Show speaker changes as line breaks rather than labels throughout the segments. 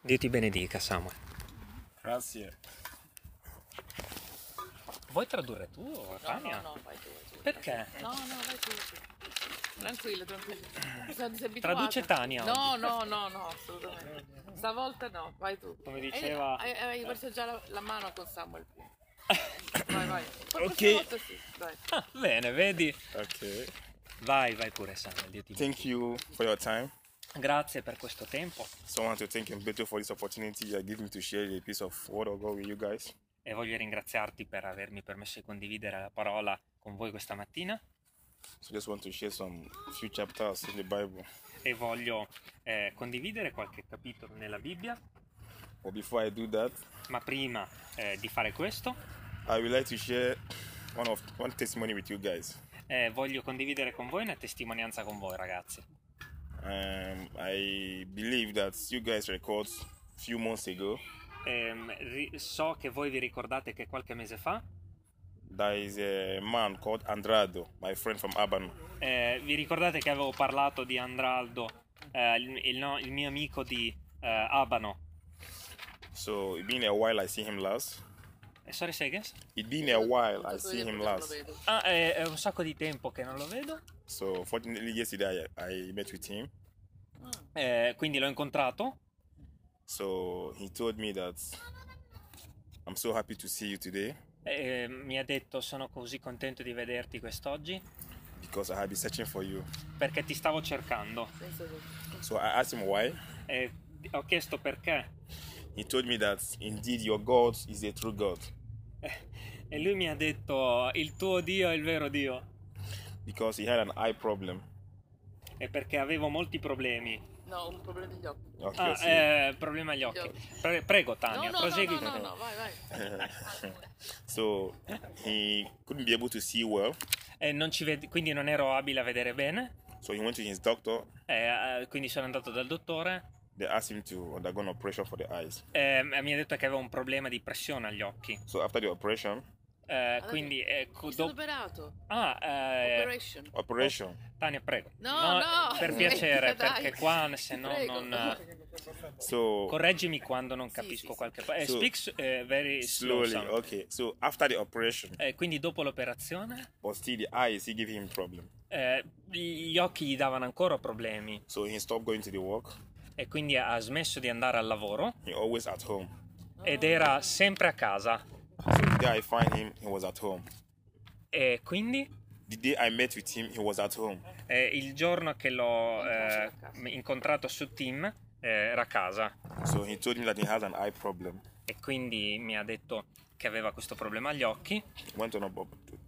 Dio ti benedica, Samuel.
Grazie.
Vuoi tradurre tu, Tania?
no, vai tu. vai tu.
Perché?
No, no, vai tu. Tranquillo, tranquillo. Sono disabituata.
Traduce Tania.
No,
oggi.
no, no, no, assolutamente. Stavolta no, vai tu.
Come diceva-
Hai, hai- hai perso già la, la mano con Samuel. Vai, vai. Questa
Ok.
volta sì, dai.
Ah, bene, vedi?
Okay.
Vai, vai pure, Samuel. Dio ti
Thank you for your time.
Grazie per questo tempo
So I want to thank Mbeto for this opportunity you have given me to share a piece of word of God with you guys.
e voglio ringraziarti per avermi permesso di condividere la parola con voi questa mattina
So just want to share some few chapters in the Bible.
e voglio eh, condividere qualche capitolo nella Bibbia,
But before I do that,
ma prima eh, di fare questo
I would like to share one of one testimony with you guys.
eh, voglio condividere con voi una testimonianza con voi ragazzi.
Um, I believe that you guys record few months ago.
Ehm, ri- so che voi vi ricordate che qualche mese fa
There is a man called Andrado, my friend from Abano.
Eh, vi ricordate che avevo parlato di Andraldo, eh, il, il no- il mio amico di eh, Abano?
So it been a while I see him last.
Eh, sorry, Segans?
It been a while I
Tutto
see
io
him
perché non lo
last.
vedo.
Ah, è, è un sacco di tempo che non lo vedo.
So fortunately yesterday I, I met with him.
Ah,
Eh, quindi l'ho incontrato
So he told me that I'm so happy to see you today
e eh, mi ha detto sono così contento di vederti quest'oggi
because I have been searching for you.
perché ti stavo cercando.
Penso che-
So I asked him why.
Eh, ho chiesto perché
He told me that indeed your God is a true God
e lui mi ha detto il tuo Dio è il vero Dio
because he had an eye problem.
e perché avevo molti problemi.
No, un problema degli occhi.
Okay,
Ah,
so-
eh, problema agli occhi. Pre- prego
No,
Tania,
no, no,
prosegui.
no, no, no, vai, vai.
so he couldn't be able to see well.
Eh, non ci ved- quindi non ero abile a vedere bene.
So he went to his doctor.
Eh, eh, quindi sono andato dal dottore
They asked him to undergo an operation for the eyes.
ehm, e mi ha detto che avevo un problema di pressione agli occhi.
So after the operation,
Eh, quindi, eh, co-
Ah, Mi sono
do-
operato.
ah, eh,
Operation.
operation.
Tania, prego.
No, no,
per
smettila,
piacere,
dai.
perché qua se no
Prego.
non. eh,
So
Correggimi quando non
Sì,
capisco
sì, sì.
qualche cosa. Eh,
So-
speak s- eh, very slow,
slowly,
Sam.
okay. So after the operation,
Eh, quindi dopo l'operazione
but still the eyes he giving him problem.
eh, gli occhi gli davano ancora problemi
So he stopped going to the work.
e quindi ha smesso di andare al lavoro
He always at home.
Ah.
ed era sempre a casa.
So the day I find him, he was at home.
E quindi
The day I met with him, he was at home.
Eh, il giorno che l'ho eh,
Incontrato a casa.
incontrato su Team eh, era a casa
So he told me that he has an eye problem.
e quindi mi ha detto che aveva questo problema agli occhi,
He went on a,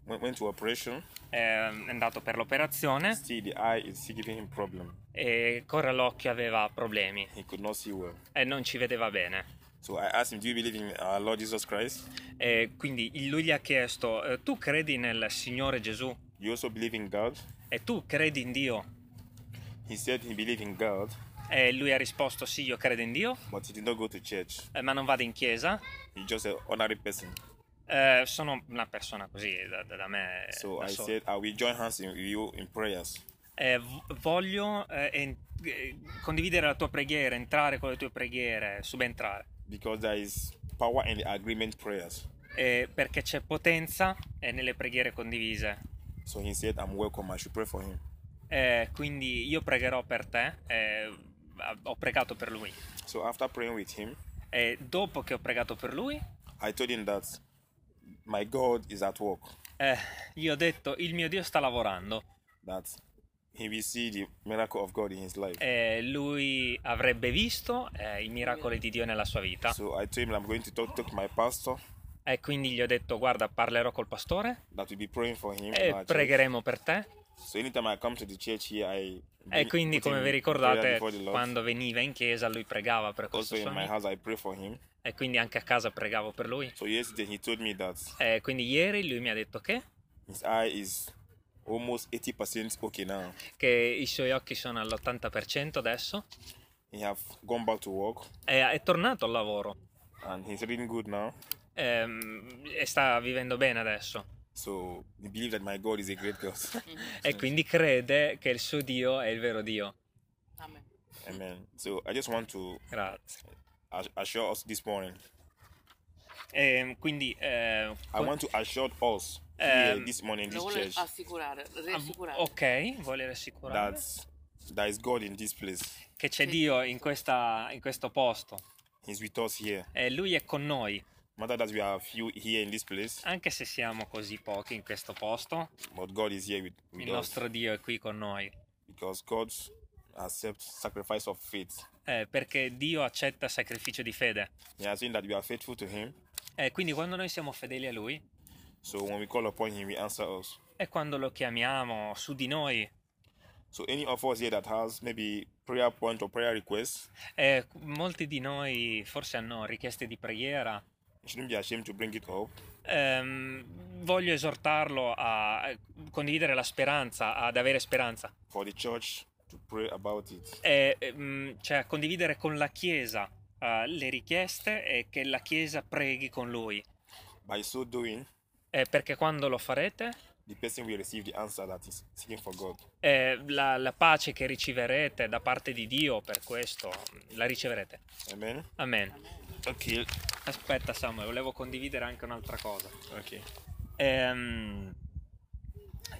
went, went to operation.
ehm, è andato per l'operazione
Still the eye is still giving him problem.
e ancora l'occhio aveva problemi
He could not see well.
e non ci vedeva bene.
So I asked him, "Do you believe in our Lord Jesus Christ?
E quindi lui gli ha chiesto, eh, tu credi nel Signore Gesù
You also believe in God?"
e tu credi in Dio?
He said he believed in God,
E lui ha risposto sì, io credo in Dio,
but he did not go to church.
eh, ma non vado in chiesa.
He's just an ordinary person.
Eh, sono una persona così da, da- da me.
So
da
I
solo.
said, I will join hands in, with you in prayers.
Eh, v- voglio eh, en- eh, condividere la tua preghiera, entrare con le tue preghiere, subentrare,
Because there is power in the agreement prayers.
Eh, perché c'è potenza eh, nelle preghiere condivise.
So he said, I'm welcome. I should pray for him.
Eh, quindi io pregherò per te, eh, a- ho pregato per lui.
So after praying with him,
E dopo che ho pregato per lui,
I told him that my God is at work,
eh, gli ho detto il mio Dio sta lavorando
that he will see the miracle of God in his life.
e lui avrebbe visto eh, i miracoli di Dio nella sua vita.
So I told him I'm going to talk to my pastor
E quindi gli ho detto guarda parlerò col pastore
that will be praying for him. in our
e
church.
pregheremo per te.
So anytime I come to the church here, I
E
bring-
quindi,
put him
come vi
in prayer
ricordate,
before the Lord.
quando veniva in chiesa lui pregava per questo
also in my
sogno
house I pray for him.
e quindi anche a casa pregavo per lui.
So yesterday he told me that
E quindi ieri lui mi ha detto che,
his eye is almost 80% okay now.
che i suoi occhi sono all'80% adesso
He have gone back to work
e è tornato al lavoro
and he's reading good now.
ehm, e sta vivendo bene adesso.
So we believe that my God is a great God.
Mm-hmm.
E quindi crede che il suo Dio è il vero Dio.
Amen.
Amen. So I just want to
Grazie.
I ass- assure us this morning.
Ehm, quindi eh,
I want to assure us
Um,
here this morning,
Lo
this
vuole
church,
assicurare, rassicurare.
Ah, ok, vuole rassicurare
that there is God in this place.
che c'è Dio in, questa, in questo posto
He's with us here.
e Lui è con noi,
Matter that we are few here in this place,
anche se siamo così pochi in questo posto,
but God is here with, with
il
us
nostro Dio è qui con noi.
because God accepts sacrifice of faith.
Eh, perché Dio accetta sacrificio di fede.
He has seen that we are faithful to Him,
Eh, quindi quando noi siamo fedeli a Lui
so when we call upon Him, He answers us.
e quando lo chiamiamo su di noi,
So any of us here that has maybe prayer point or prayer request,
eh, molti di noi forse hanno richieste di preghiera,
you shouldn't be ashamed to bring it up.
ehm, voglio esortarlo a eh, condividere la speranza, ad avere speranza,
for the church to pray about it.
E, ehm, cioè a condividere con la Chiesa eh, le richieste e che la Chiesa preghi con Lui.
By so doing,
Eh, perché quando lo farete,
the person will receive the answer that is seeking for God.
eh, la, la pace che riceverete da parte di Dio per questo, la riceverete.
Amen.
Amen.
Okay.
Aspetta Samuel, volevo condividere anche un'altra cosa.
Okay.
Ehm,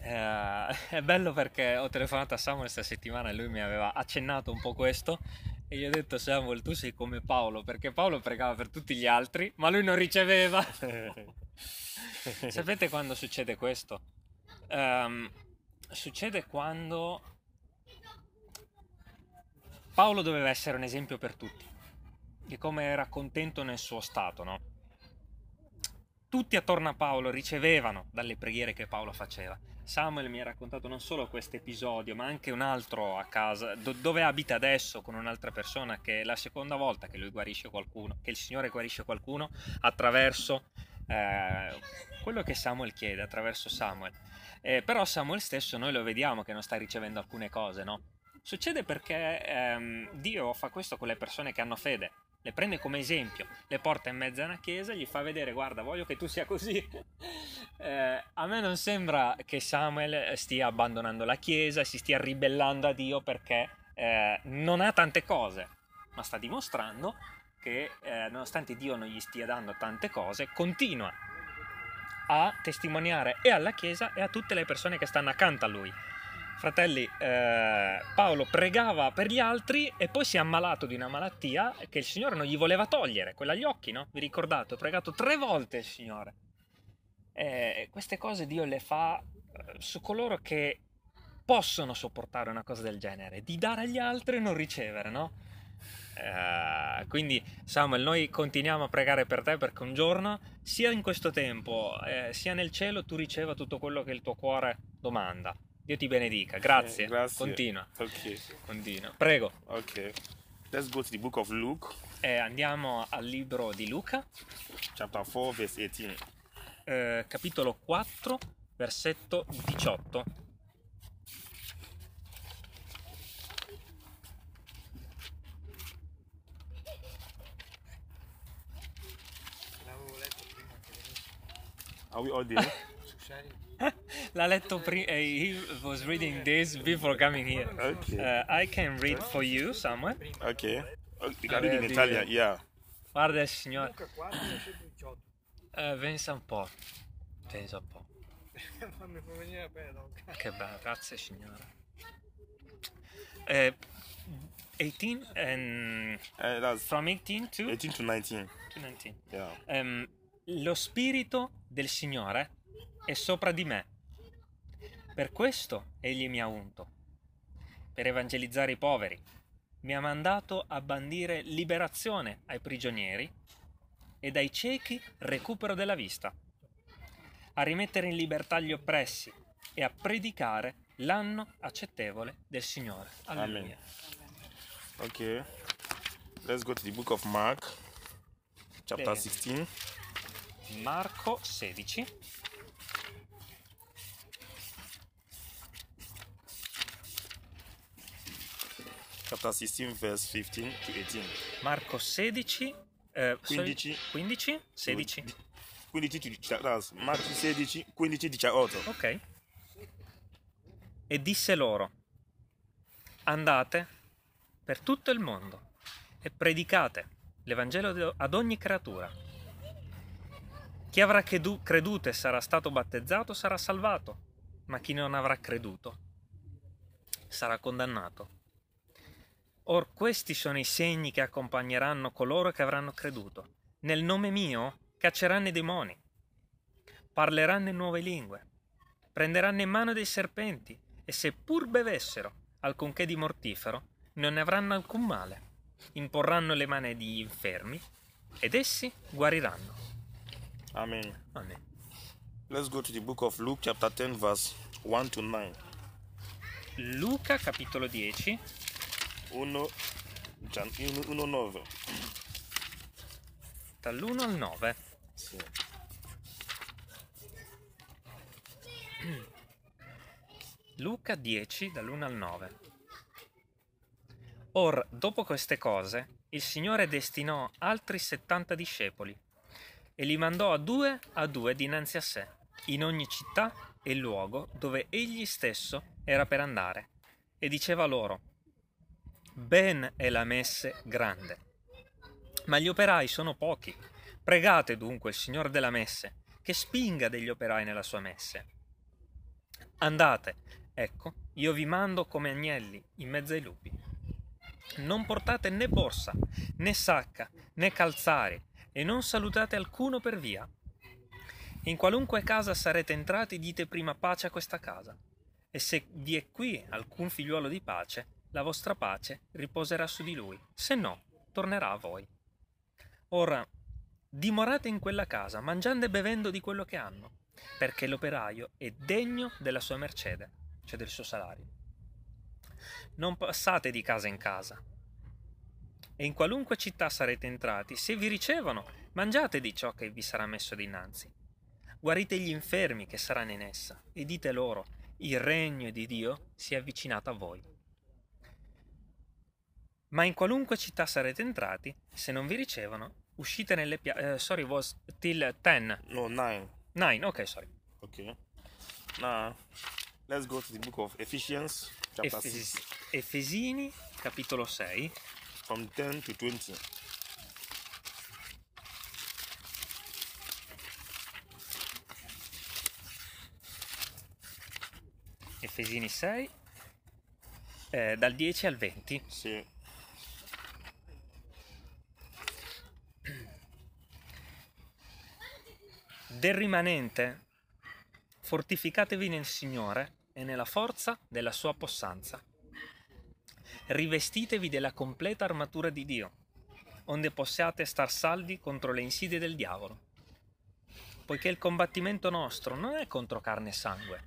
eh, è bello perché ho telefonato a Samuel questa settimana e lui mi aveva accennato un po' questo e gli ho detto Samuel tu sei come Paolo perché Paolo pregava per tutti gli altri ma lui non riceveva. Sapete quando succede questo? Ehm, succede quando Paolo doveva essere un esempio per tutti di come era contento nel suo stato, no? Tutti attorno a Paolo ricevevano dalle preghiere che Paolo faceva. Samuel mi ha raccontato non solo questo episodio, ma anche un altro a casa, do- dove abita adesso con un'altra persona che è la seconda volta che lui guarisce qualcuno, che il Signore guarisce qualcuno attraverso eh, quello che Samuel chiede, attraverso Samuel. Eh, però Samuel stesso noi lo vediamo che non sta ricevendo alcune cose, no? Succede perché ehm, Dio fa questo con le persone che hanno fede, le prende come esempio, le porta in mezzo a una chiesa e gli fa vedere, guarda, voglio che tu sia così. Eh, a me non sembra che Samuel stia abbandonando la chiesa, si stia ribellando a Dio perché eh, non ha tante cose, ma sta dimostrando che eh, nonostante Dio non gli stia dando tante cose, continua a testimoniare e alla chiesa e a tutte le persone che stanno accanto a lui. Fratelli, eh, Paolo pregava per gli altri e poi si è ammalato di una malattia che il Signore non gli voleva togliere, quella agli occhi, no? Vi ricordate? Ho pregato tre volte il Signore. Eh, queste cose Dio le fa eh, su coloro che possono sopportare una cosa del genere, di dare agli altri e non ricevere, no? Eh, quindi Samuel, noi continuiamo a pregare per te perché un giorno, sia in questo tempo, eh, sia nel cielo, tu riceva tutto quello che il tuo cuore domanda. Dio ti benedica, grazie.
Eh, grazie.
Continua,
Okay.
continua. Prego,
Okay. Let's go to the book of Luke,
Eh, andiamo al libro di Luca,
chapter 4, verse 18.
eh, capitolo 4, versetto 18.
L'avevo letto prima che venisse.
Are we all there?
Scusate.
L'ha letto prima, he was reading this before coming here.
okay.
Eh, I can read for you, Samuel.
Prima.
Okay. Oh,
Uh,
You can do it in
the-
Italian, yeah.
Guarda il Signore.
Luca 4, 118.
Eh, pensa un po'. Pensa un po'.
Fammi fa venire la pelle da un cazzo.
Che bello, grazie signore. Eh, 18 and
Uh, that's
from 18 to,
18 to 19.
to 19.
Yeah.
Ehm, lo spirito del Signore è sopra di me. Per questo egli mi ha unto, per evangelizzare i poveri. Mi ha mandato a bandire liberazione ai prigionieri e dai ciechi recupero della vista, a rimettere in libertà gli oppressi e a predicare l'anno accettevole del Signore. Alleluia.
Amen. Okay. Let's go to the book of Mark, chapter
Yeah.
16,
Marco 16,
chapter 16, verse 15 to 18.
Marco 16, eh, sorry,
15.
15, 16.
15 to that's Mark 16, 15 18.
Ok. E disse loro: Andate per tutto il mondo e predicate l'Evangelo de- ad ogni creatura. Chi avrà credu- creduto e sarà stato battezzato sarà salvato, ma chi non avrà creduto sarà condannato. Or questi sono i segni che accompagneranno coloro che avranno creduto. Nel nome mio cacceranno i demoni, parleranno in nuove lingue, prenderanno in mano dei serpenti, e seppur bevessero alcunché di mortifero, non ne avranno alcun male. Imporranno le mani agli infermi, ed essi guariranno.
Amen.
Amen.
Let's go to the book of Luke, chapter 10, verse 1 to 9.
Luca capitolo 10,
Uno, Gian, uno, uno nove.
dall'1 al 9.
Sì.
Luca 10 dall'1 al 9. Or, dopo queste cose, il Signore destinò altri settanta discepoli e li mandò a due a due dinanzi a sé, in ogni città e luogo dove egli stesso era per andare, e diceva loro, Ben è la messe grande, ma gli operai sono pochi. Pregate dunque il Signore della messe, che spinga degli operai nella sua messe. Andate, ecco, io vi mando come agnelli in mezzo ai lupi. Non portate né borsa, né sacca, né calzari, e non salutate alcuno per via. In qualunque casa sarete entrati, dite prima pace a questa casa. E se vi è qui alcun figliuolo di pace, la vostra pace riposerà su di lui, se no, tornerà a voi. Ora, dimorate in quella casa, mangiando e bevendo di quello che hanno, perché l'operaio è degno della sua mercede, cioè del suo salario. Non passate di casa in casa. E in qualunque città sarete entrati, se vi ricevono, mangiate di ciò che vi sarà messo dinanzi. Guarite gli infermi che saranno in essa, e dite loro, il regno di Dio si è avvicinato a voi. Ma in qualunque città sarete entrati, se non vi ricevono, uscite nelle piazze... sorry, was till 10.
No, 9.
9, ok, sorry.
Okay. Now, let's go to the book of Ephesians, chapter
Efes-
6,
Efesini, capitolo 6,
from 10 to 20.
Efesini 6, eh, dal 10 al 20.
Sì.
Del rimanente, fortificatevi nel Signore e nella forza della sua possanza. Rivestitevi della completa armatura di Dio, onde possiate star saldi contro le insidie del diavolo. Poiché il combattimento nostro non è contro carne e sangue,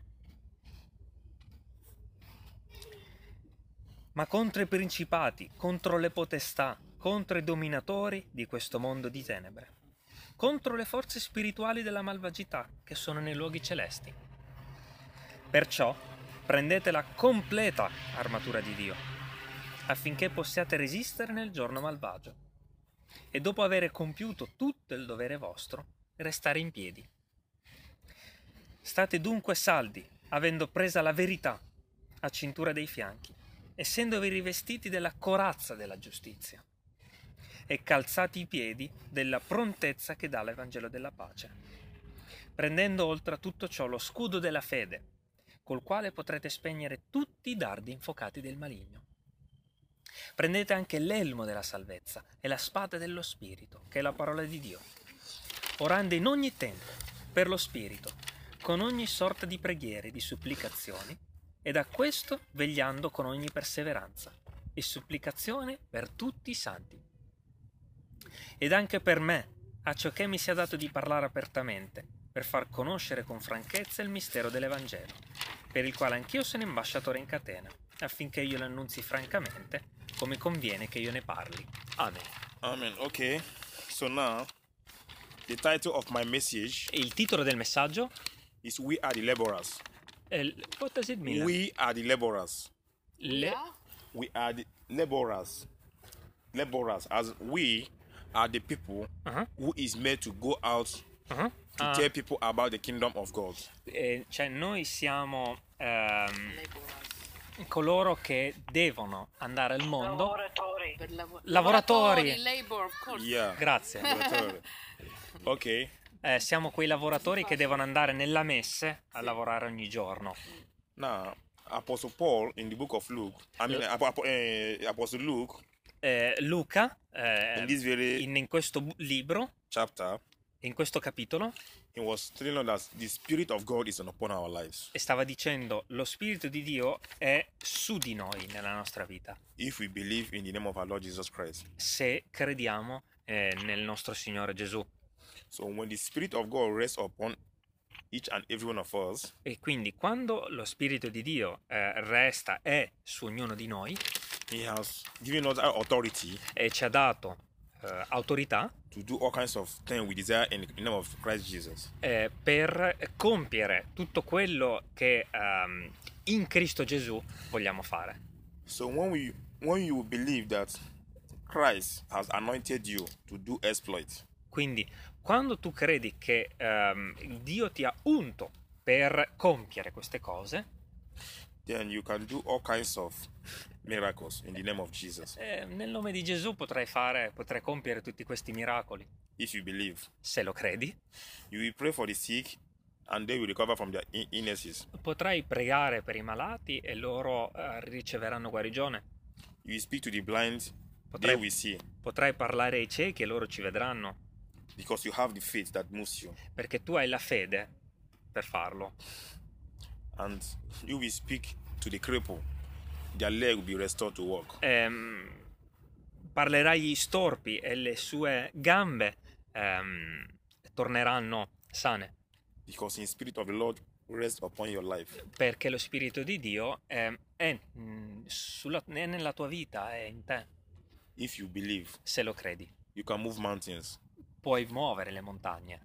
ma contro i principati, contro le potestà, contro i dominatori di questo mondo di tenebre contro le forze spirituali della malvagità che sono nei luoghi celesti. Perciò prendete la completa armatura di Dio, affinché possiate resistere nel giorno malvagio, e dopo aver compiuto tutto il dovere vostro, restare in piedi. State dunque saldi, avendo presa la verità a cintura dei fianchi, essendovi rivestiti della corazza della giustizia e calzati i piedi della prontezza che dà l'Evangelo della pace, prendendo oltre a tutto ciò lo scudo della fede, col quale potrete spegnere tutti i dardi infocati del maligno. Prendete anche l'elmo della salvezza e la spada dello Spirito, che è la parola di Dio, orando in ogni tempo per lo Spirito, con ogni sorta di preghiere e di supplicazioni, e da questo vegliando con ogni perseveranza e supplicazione per tutti i santi ed anche per me, a ciò che mi sia dato di parlare apertamente, per far conoscere con franchezza il mistero dell'Evangelo, per il quale anch'io sono ambasciatore in catena, affinché io lo annunzi francamente, come conviene che io ne parli. Amen.
Amen. Okay. So now, the title of my message
E il titolo del messaggio
is We Are the Laborers.
è il- What does it mean?
We are the laborers.
Le-
Ah,
We are the laborers. Laborers, as we are the people
Uh-huh,
who is made to go out
uh-huh.
to
Ah,
tell people about the kingdom of God.
eh, cioè noi siamo ehm,
Laborers.
coloro che devono andare al mondo
lavoratori.
Per lavo-
Lavoratori.
lavoratori, labor, of course.
Yeah.
Grazie.
Lavoratore. ok.
Eh, siamo quei lavoratori che devono andare nella messe a
Sì.
lavorare ogni giorno.
Now, Apostle Paul in the book of Luke, I mean, Apo- Apo- eh, Apostle Luke
Eh, Luca, eh,
in this very
in, in questo bu- libro,
chapter,
in questo capitolo,
he was telling us that the Spirit of God is upon our lives
stava dicendo lo Spirito di Dio è su di noi nella nostra vita,
if we believe in the name of our Lord Jesus Christ.
se crediamo eh, nel nostro Signore Gesù.
So, when the Spirit of God rests upon each and every one of us,
E quindi quando lo Spirito di Dio eh, resta, è su ognuno di noi
He has given us our authority
e ci ha dato eh, autorità
to do all kinds of things we desire in the name of Christ Jesus.
eh, per compiere tutto quello che ehm, in Cristo Gesù vogliamo fare.
So, when we when you believe that Christ has anointed you to do exploit,
Quindi quando tu credi che ehm, Dio ti ha unto per compiere queste cose,
then you can do all kinds of miracles in the name of Jesus
eh, nel nome di Gesù potrai fare, potrai compiere tutti questi miracoli.
if you believe.
Se lo credi,
You will pray for the sick and they will recover from their ill- illnesses.
potrai pregare per i malati e loro eh, riceveranno guarigione.
You will speak to the blind, they
Potrai,
will see
potrai parlare ai ciechi e loro ci vedranno,
because you have the faith that moves you.
perché tu hai la fede per farlo.
And you will speak to the cripple, their leg will be restored to walk.
Ehm, parlerai agli storpi e le sue gambe ehm, torneranno sane,
Because the Spirit of the Lord rests upon your life.
perché lo Spirito di Dio ehm, è, mm, sulla- è nella tua vita, è in te,
If you believe,
se lo credi.
you can move mountains
Puoi muovere le montagne,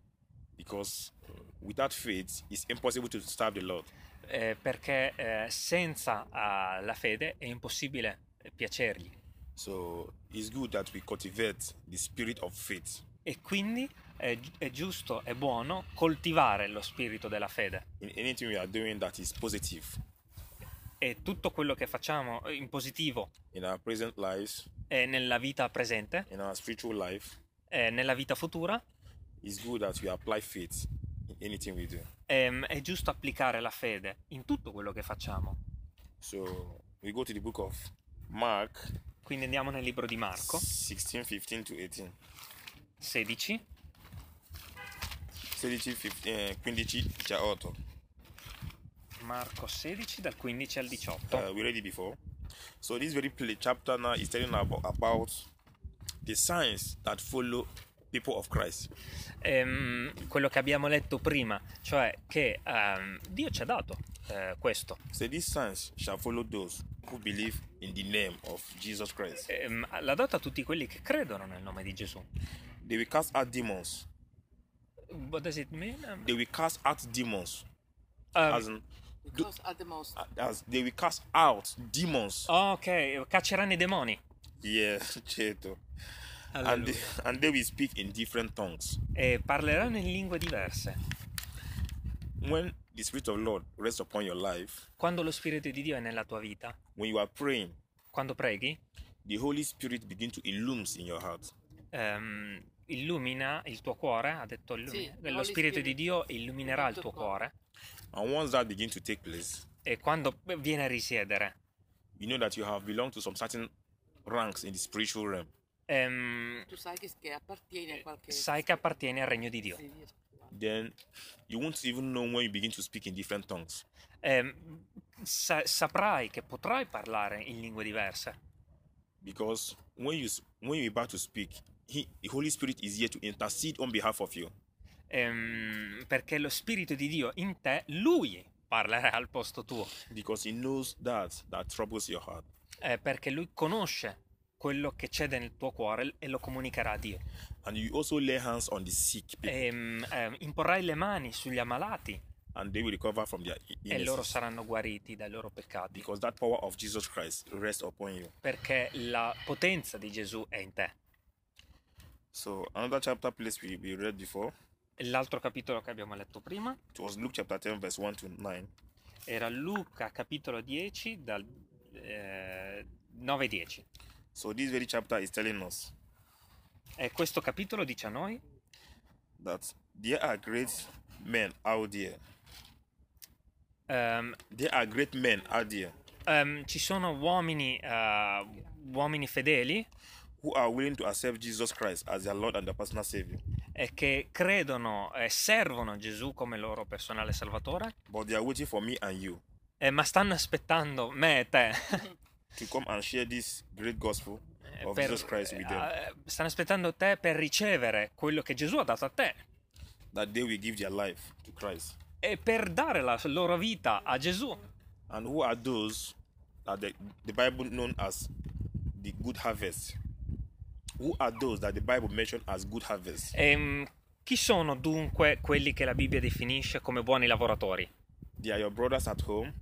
because without faith, it's impossible to serve the Lord.
eh, perché eh, senza ah, la fede è impossibile eh, piacergli.
So it's good that we cultivate the spirit of faith
E quindi è, gi- è giusto, è buono coltivare lo spirito della fede.
in anything we are doing that is positive
E tutto quello che facciamo eh, in positivo
in our present lives,
eh, nella vita presente,
in our spiritual life.
eh, nella vita futura,
It's good that we apply faith in anything we do.
ehm, è giusto applicare la fede in tutto quello che facciamo.
So we go to the book of Mark
Quindi andiamo nel libro di Marco
16, 15 to 18.
16,
Sedici, fif- eh, 15, 18.
Marco 16 dal 15 al 18.
Uh, we read it before. So this very pla- chapter now is telling about, about the signs that follow people of Christ.
Ehm, quello che abbiamo letto prima, cioè che ehm, Dio ci ha dato eh, questo.
So these signs shall follow those who believe in the name of Jesus Christ.
Ehm, l'ha dato a tutti quelli che credono nel nome di Gesù.
They will cast out demons.
What does it mean? Um,
They will cast out demons. As,
um,
in,
Because at the most.
as they will cast out demons.
ok, cacceranno i demoni.
Yeah, certo. And they,
Alleluia.
and they will speak in different tongues.
E parleranno in lingue diverse.
When the Spirit of the Lord rests upon your life,
Quando lo Spirito di Dio è nella tua vita,
when you are praying,
quando preghi,
the Holy Spirit begins to illume in your heart.
ehm, illumina il tuo cuore, ha detto
Sì,
illumina.
Holy
lo Spirito di
Spirit.
Dio illuminerà il tuo cuore
And once that begins to take place,
e quando viene a risiedere,
you know that you have belonged to some certain ranks in the spiritual realm.
ehm,
Tu sai che, che appartiene a qualche.
Eh, sai che appartieni al regno di Dio.
Sì, via spirituale.
Then you won't even know when you begin to speak in different tongues.
Ehm, sa- saprai che potrai parlare in lingue diverse,
because when you s- when you're about to speak he, the holy spirit is here to intercede on behalf of you
ehm, perché lo Spirito di Dio in te, lui parlerà al posto tuo,
because he knows that that troubles your heart
eh, perché lui conosce quello che c'è nel tuo cuore e lo comunicherà a Dio.
and you also lay hands on the sick people
Ehm, ehm, imporrai le mani sugli ammalati
and they will recover from their i-
e loro
illnesses
saranno guariti dai loro peccati,
because that power of jesus christ rests upon you
perché la potenza di Gesù è in te.
so another chapter place we, we read before
L'altro capitolo che abbiamo letto prima
it was luke chapter 10 verse 1 to 9
era Luca capitolo 10 dal eh, 9-10.
So this very chapter is telling us
E questo capitolo dice a noi
that there are great men out there.
ehm,
There are great men out there
ehm, ci sono uomini, eh, uomini fedeli
who are willing to accept Jesus Christ as their Lord and their personal Savior,
eh, che credono e servono Gesù come loro personale salvatore,
but they are waiting for me and you
eh, ma stanno aspettando me e te
to come and share this great gospel
eh,
of
per-
Oh, Jesus Christ with them.
eh, stanno aspettando te per ricevere quello che Gesù ha dato a te
That they will give their life to Christ.
e per dare la loro vita a Gesù.
And who are those that the, the Bible known as the good harvest? Who are those that the Bible mentioned as good harvest?
Ehm, chi sono dunque quelli che la Bibbia definisce come buoni lavoratori?
They are your brothers at home,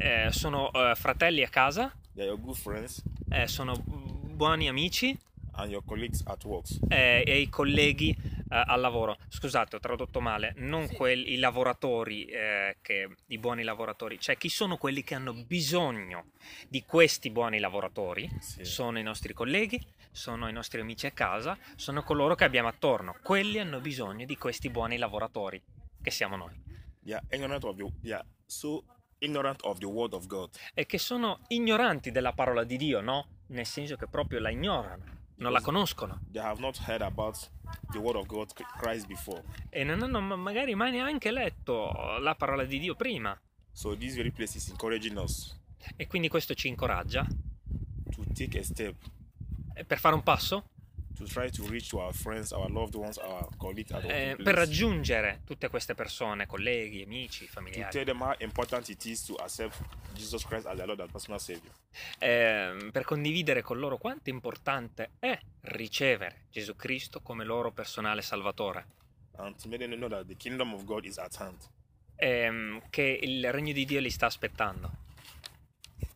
Eh, sono eh, fratelli a casa,
they are your good friends,
eh, sono buoni amici
and your colleagues at work.
eh, e i colleghi eh, al lavoro. Scusate, ho tradotto male, non quelli, i lavoratori, eh, che, i buoni lavoratori, cioè chi sono quelli che hanno bisogno di questi buoni lavoratori?
Sì.
Sono i nostri colleghi, sono i nostri amici a casa, sono coloro che abbiamo attorno. Quelli hanno bisogno di questi buoni lavoratori, che siamo noi.
They are ignorant of the they are so ignorant of the word of God.
e che sono ignoranti della parola di Dio, no? Nel senso che proprio la ignorano, non la conoscono
They have not heard about the word of God Christ before.
e non hanno ma- magari mai neanche letto la parola di Dio prima.
So this very place is encouraging us
E quindi questo ci incoraggia
to take a step
eh, per fare un passo,
to try to reach to our friends, our loved ones, our colleagues at
eh,
work.
per raggiungere tutte queste persone, colleghi, amici,
to tell
familiari,
them how important it is to accept Jesus Christ as their Lord and personal Savior.
ehm, per condividere con loro quanto importante è ricevere Gesù Cristo come loro personale salvatore.
And to make them know that the kingdom of God is at hand.
Ehm, che il regno di Dio li sta aspettando.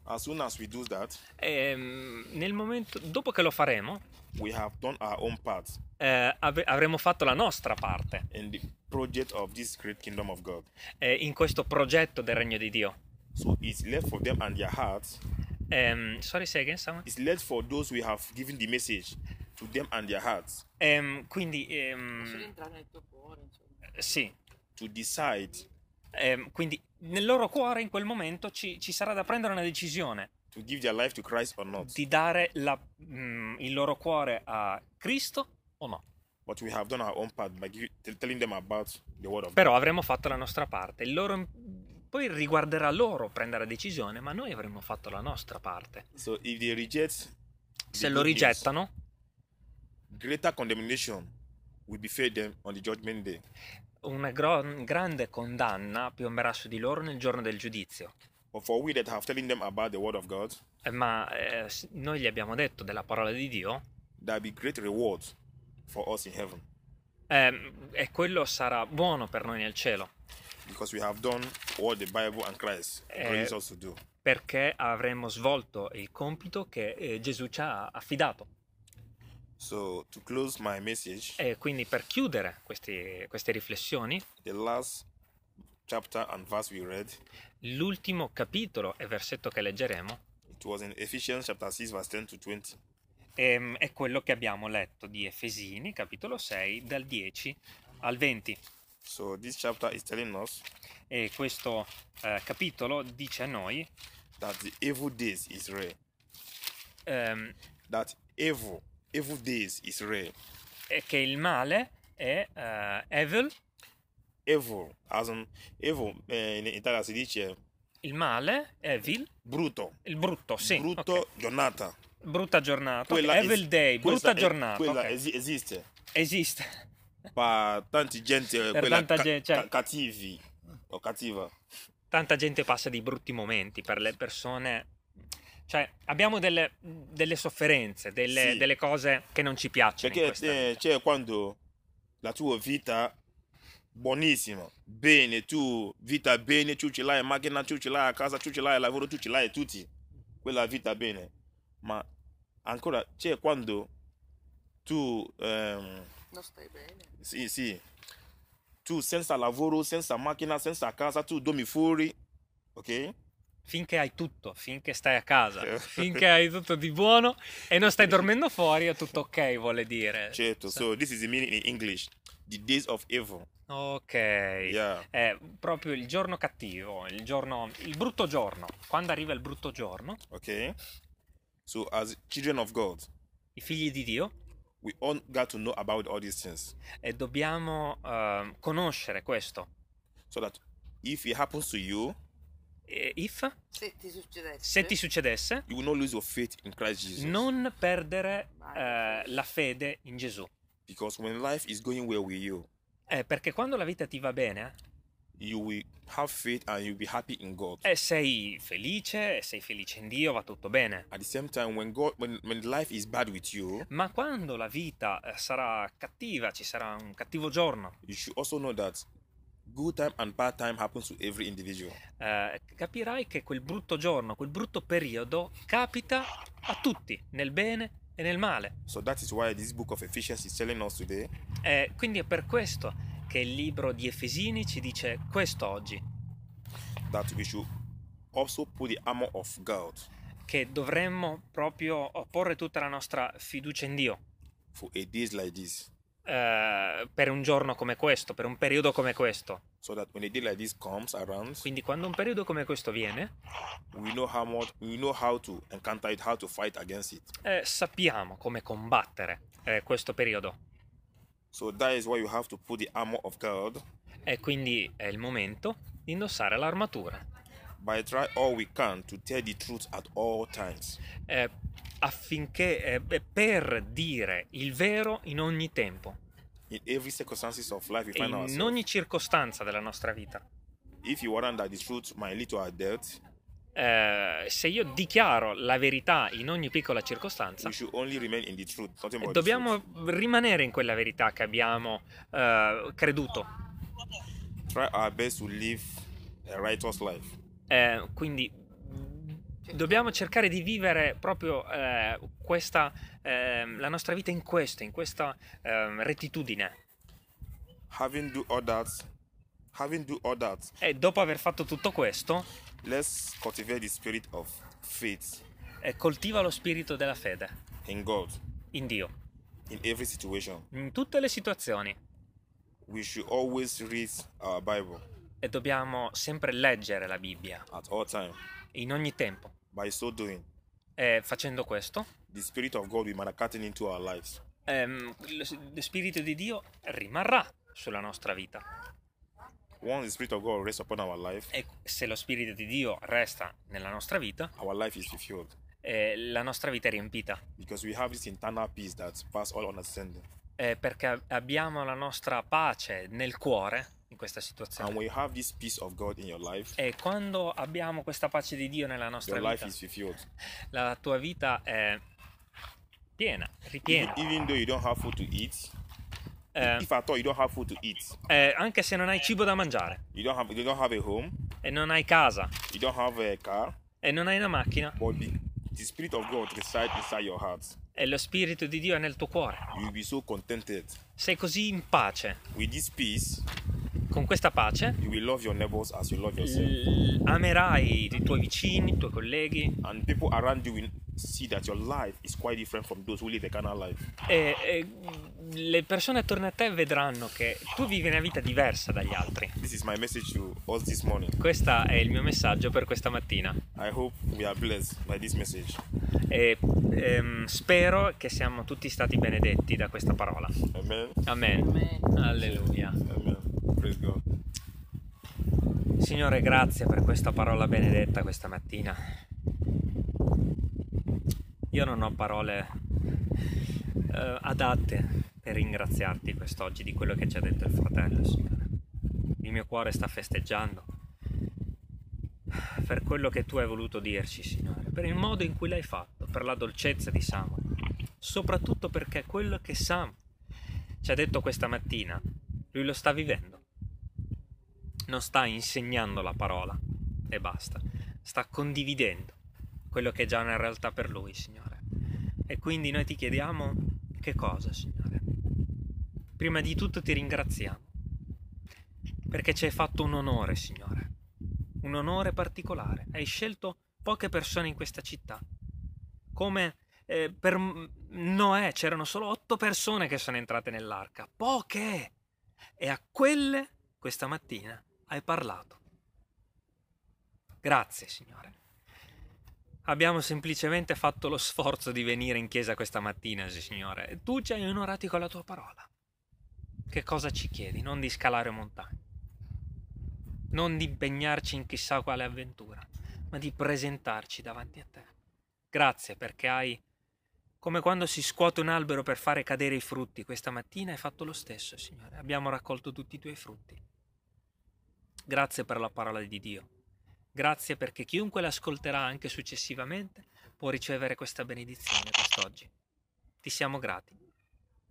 As soon as we do that,
Ehm, nel momento, dopo che lo faremo,
we have done our own part
eh, ave- avremo fatto la nostra parte
in the project of this great kingdom of God.
eh, in questo progetto del regno di Dio.
So it's left for them and their hearts.
Ehm, sorry, say again, Samuel.
It's left for those we have given the message to them and their hearts
Ehm, quindi,
Lasciali
ehm,
entrare nel tuo cuore, insomma.
sì,
to decide
ehm, quindi nel loro cuore in quel momento ci, ci sarà da prendere una decisione
to give their life to Christ or not.
di dare la- mm, il loro cuore a Cristo o no.
But we have done our own part by give, t- telling them about the word of God.
Però avremo fatto la nostra parte. Il loro- poi riguarderà loro prendere la decisione, ma noi avremo fatto la nostra parte.
So if they reject, the
Se
good
lo
news,
rigettano,
greater condemnation will befall them on the judgment day.
una gro- grande condanna piomberà su di loro nel giorno del giudizio.
But for we that have telling them about the word of God,
Eh, Ma eh, s- noi gli abbiamo detto della parola di Dio
there will be great reward for us in heaven
ehm, e quello sarà buono per noi nel cielo
because we have done what the Bible and Christ
Eh,
encourages us to do.
perché avremo svolto il compito che eh, Gesù ci ha affidato.
So to close my message,
E quindi per chiudere questi- queste riflessioni,
the last chapter and verse we read,
l'ultimo capitolo e versetto che leggeremo
it was in Ephesians chapter 6 verse 10 to 20.
ehm, è quello che abbiamo letto di Efesini, capitolo 6, dal 10 al 20.
So this chapter is telling us
E questo eh, capitolo dice a noi
that the evil days is real.
ehm,
That evil, evil days is real.
è che il male è eh, evil,
Evil, as in evil eh, in Italia si dice
il male, evil,
brutto.
il brutto, sì.
brutto
ok.
giornata.
Brutta giornata. ok, Evil
es-
day,
questa
brutta
es-
giornata.
Quella
ok.
esi- esiste.
Esiste.
Per tanti gente,
Per
quella
tanta
ca-
gente, cioè-
ca- cattivi o cattiva.
Tanta gente passa dei brutti momenti per le persone. Cioè, abbiamo delle, delle sofferenze, delle,
Sì.
delle cose che non ci piacciono. in
Perché
questa
eh,
vita.
c'è quando la tua vita buonissima, bene, tu vita bene, tu ce l'hai in macchina, tu ce l'hai a casa, tu ce l'hai al lavoro, tu ce l'hai tutti. Quella vita bene. Ma ancora c'è quando tu ehm,
Non stai bene.
Sì, sì.
Eh,
Tu senza lavoro, senza macchina, senza casa, tu dormi fuori, ok?
finché hai tutto, finché stai a casa,
Sì.
finché hai tutto di buono e non stai dormendo fuori, è tutto ok, vuole dire.
Certo.
Sa-
So this is the meaning in English. The days of evil.
Ok.
Yeah.
È proprio il giorno cattivo, il giorno il brutto giorno. Quando arriva il brutto giorno,
Okay. So as children of God,
i figli di Dio
we all got to know about all these things,
e dobbiamo ehm, conoscere questo.
so that if it happens to you,
E if
Se ti succedesse.
se ti succedesse,
you will not lose your faith in Christ Jesus.
non perdere eh, la fede in Gesù.
Because when life is going well with you,
Eh, perché quando la vita ti va bene,
you will have faith and you'll be happy in God.
eh, sei felice, sei felice in Dio, va tutto bene.
At the same time, when God, when, when life is bad with you,
Ma quando la vita eh, sarà cattiva, ci sarà un cattivo giorno,
you should also know that good time and bad time happens to every individual.
eh, capirai che quel brutto giorno, quel brutto periodo capita a tutti, nel bene e nel male.
So that is why this book of Ephesians is telling us today
Eh, quindi è per questo che il libro di Efesini ci dice questo oggi,
that we should also put the armor of God
che dovremmo proprio porre tutta la nostra fiducia in Dio.
for a days like this.
eh, per un giorno come questo, per un periodo come questo.
So that when a day like this comes around,
Quindi quando un periodo come questo viene,
we know how much we know how to encounter it, how to fight against it.
eh, sappiamo come combattere eh, questo periodo.
So that is why you have to put the armor of God.
E quindi è il momento di indossare l'armatura.
By try all we can to tell the truth at all times.
eh, affinché eh, beh, per dire il vero in ogni tempo,
In every circumstances of life we
e
find
in
ourselves.
ogni circostanza della nostra vita.
If you warrant that the truth might lead to our death,
Eh, se io dichiaro la verità in ogni piccola circostanza,
we should only remain in the truth. Nothing
eh,
but the
dobbiamo
truth.
rimanere in quella verità che abbiamo eh, creduto.
Try our best to live a righteous life.
Eh, quindi mh, dobbiamo cercare di vivere proprio eh, questa, ehm, la nostra vita in questo, in questa ehm, rettitudine.
Having do all that, having do all that,
E dopo aver fatto tutto questo,
let's cultivate the spirit of faith
eh, coltiva lo spirito della fede
in God
in Dio,
in every situation.
in tutte le situazioni.
We should always read our Bible
E dobbiamo sempre leggere la Bibbia,
at all time.
in ogni tempo.
By so doing,
E facendo questo,
the spirit of God will manifest into our lives.
ehm, lo spirito di Dio rimarrà sulla nostra vita.
Once the spirit of God rests upon our life,
E se lo spirito di Dio resta nella nostra vita,
our life is fulfilled
eh, la nostra vita è riempita.
because we have this internal peace that passes all understanding.
Eh, perché ab- abbiamo la nostra pace nel cuore in questa
And
situazione.
when you have this peace of God in your life,
E quando abbiamo questa pace di Dio nella
your
nostra
life
vita,
is fulfilled.
la tua vita è piena, ripiena.
Even though you don't have food to eat,
Eh,
if at all you don't have food to eat,
eh, anche se non hai cibo da mangiare,
you don't have you don't have a home,
e non hai casa,
you don't have a car,
e non hai una macchina,
but the, the spirit of God resides inside your heart.
e lo Spirito di Dio è nel tuo cuore.
You will be so contented.
Sei così in pace.
With this peace,
Con questa pace
you will love your neighbors as you love yourself.
l- amerai i tuoi vicini, i tuoi colleghi,
and people around you will see that your life is quite different from those who live a carnal life.
E, e, le persone attorno a te vedranno che tu vivi una vita diversa dagli altri.
This is my message to us this morning.
Questo è il mio messaggio per questa mattina
I hope we are blessed by this message.
e ehm, spero che siamo tutti stati benedetti da questa parola.
Amen.
Amen.
Amen.
Alleluia.
Amen. Praise God.
Signore, grazie per questa parola benedetta questa mattina. Io non ho parole eh, adatte per ringraziarti quest'oggi di quello che ci ha detto il fratello, Signore. Il mio cuore sta festeggiando per quello che tu hai voluto dirci, Signore, per il modo in cui l'hai fatto, per la dolcezza di Samuel, soprattutto perché quello che Sam ci ha detto questa mattina, lui lo sta vivendo non sta insegnando la parola e basta, sta condividendo quello che è già una realtà per lui, Signore. E quindi noi ti chiediamo che cosa, Signore. Prima di tutto ti ringraziamo perché ci hai fatto un onore, Signore. un onore particolare. Hai scelto poche persone in questa città. Come eh, per Noè c'erano solo otto persone che sono entrate nell'arca. Poche! E a quelle questa mattina hai parlato. Grazie, Signore. Abbiamo semplicemente fatto lo sforzo di venire in chiesa questa mattina, Signore, e tu ci hai onorati con la tua parola. Che cosa ci chiedi? Non di scalare montagne, non di impegnarci in chissà quale avventura, ma di presentarci davanti a te. Grazie perché hai, come quando si scuote un albero per fare cadere i frutti, questa mattina hai fatto lo stesso, Signore. Abbiamo raccolto tutti i tuoi frutti. Grazie per la parola di Dio. Grazie perché chiunque l'ascolterà anche successivamente può ricevere questa benedizione quest'oggi. Ti siamo grati.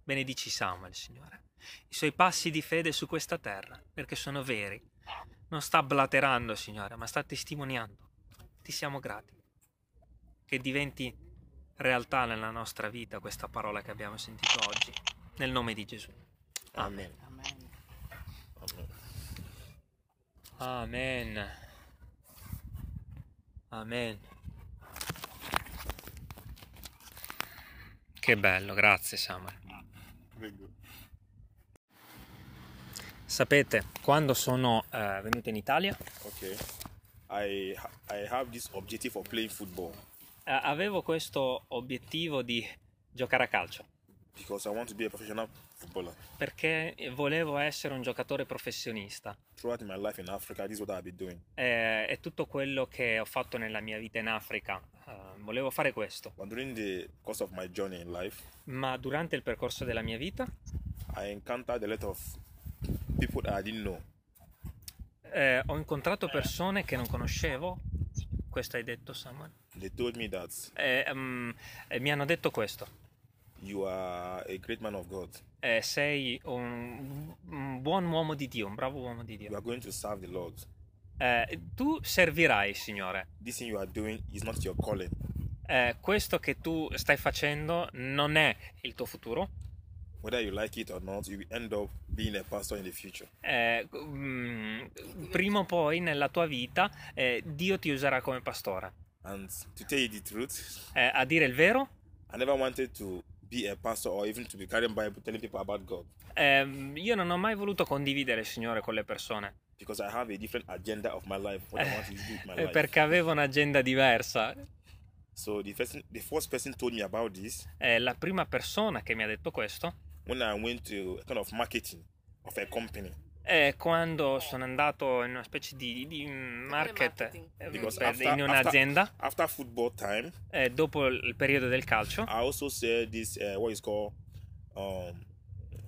Benedici Samuel, Signore. I suoi passi di fede su questa terra, perché sono veri. Non sta blaterando, Signore, ma sta testimoniando. Ti siamo grati. Che diventi realtà nella nostra vita questa parola che abbiamo sentito oggi. Nel nome di Gesù. Amen.
Amen.
Amen. Amen. Che bello, grazie Samuel. Sapete, quando sono eh, venuto in Italia
Okay. I ha- I have this objective of playing football
eh, avevo questo obiettivo di giocare a calcio
because I want to be a professional footballer.
perché volevo essere un giocatore professionista
Throughout my life in Africa, this is what I've been doing.
Eh, è tutto quello che ho fatto nella mia vita in Africa. Eh, volevo fare questo,
But during the course of my journey in life,
ma durante il percorso della mia vita
I encountered a lot of people that I didn't know.
eh, ho incontrato persone che non conoscevo. Questo hai detto, Samuel.
They told me that
Eh, ehm, eh, mi hanno detto questo.
you are a great man of God.
Eh, sei un, un buon uomo di Dio, un bravo uomo di
You
Dio.
are going to serve the Lord.
Eh, tu servirai, il Signore.
This thing you are doing is not your calling.
Eh, questo che tu stai facendo non è il tuo futuro.
Whether you like it or not, you will end up being a pastor in the future.
Eh, mm, prima o poi nella tua vita eh, Dio ti userà come pastore.
And to tell you the truth,
Eh, a dire il vero,
I never wanted to be a pastor or even to be carrying Bible telling people about God
ehm, io non ho mai voluto condividere il Signore con le persone
because I have a different agenda of my life, what I want to do with my
eh,
life.
perché avevo un'agenda diversa.
So the first, the first person told me about this
Eh, la prima persona che mi ha detto questo
when I went to a kind of marketing of a company
è quando sono andato in una specie di, di market
marketing.
eh,
Because
per-
after-
in
after-
un'azienda
after football time.
eh, dopo il periodo del calcio.
I also sell this uh, what is called um,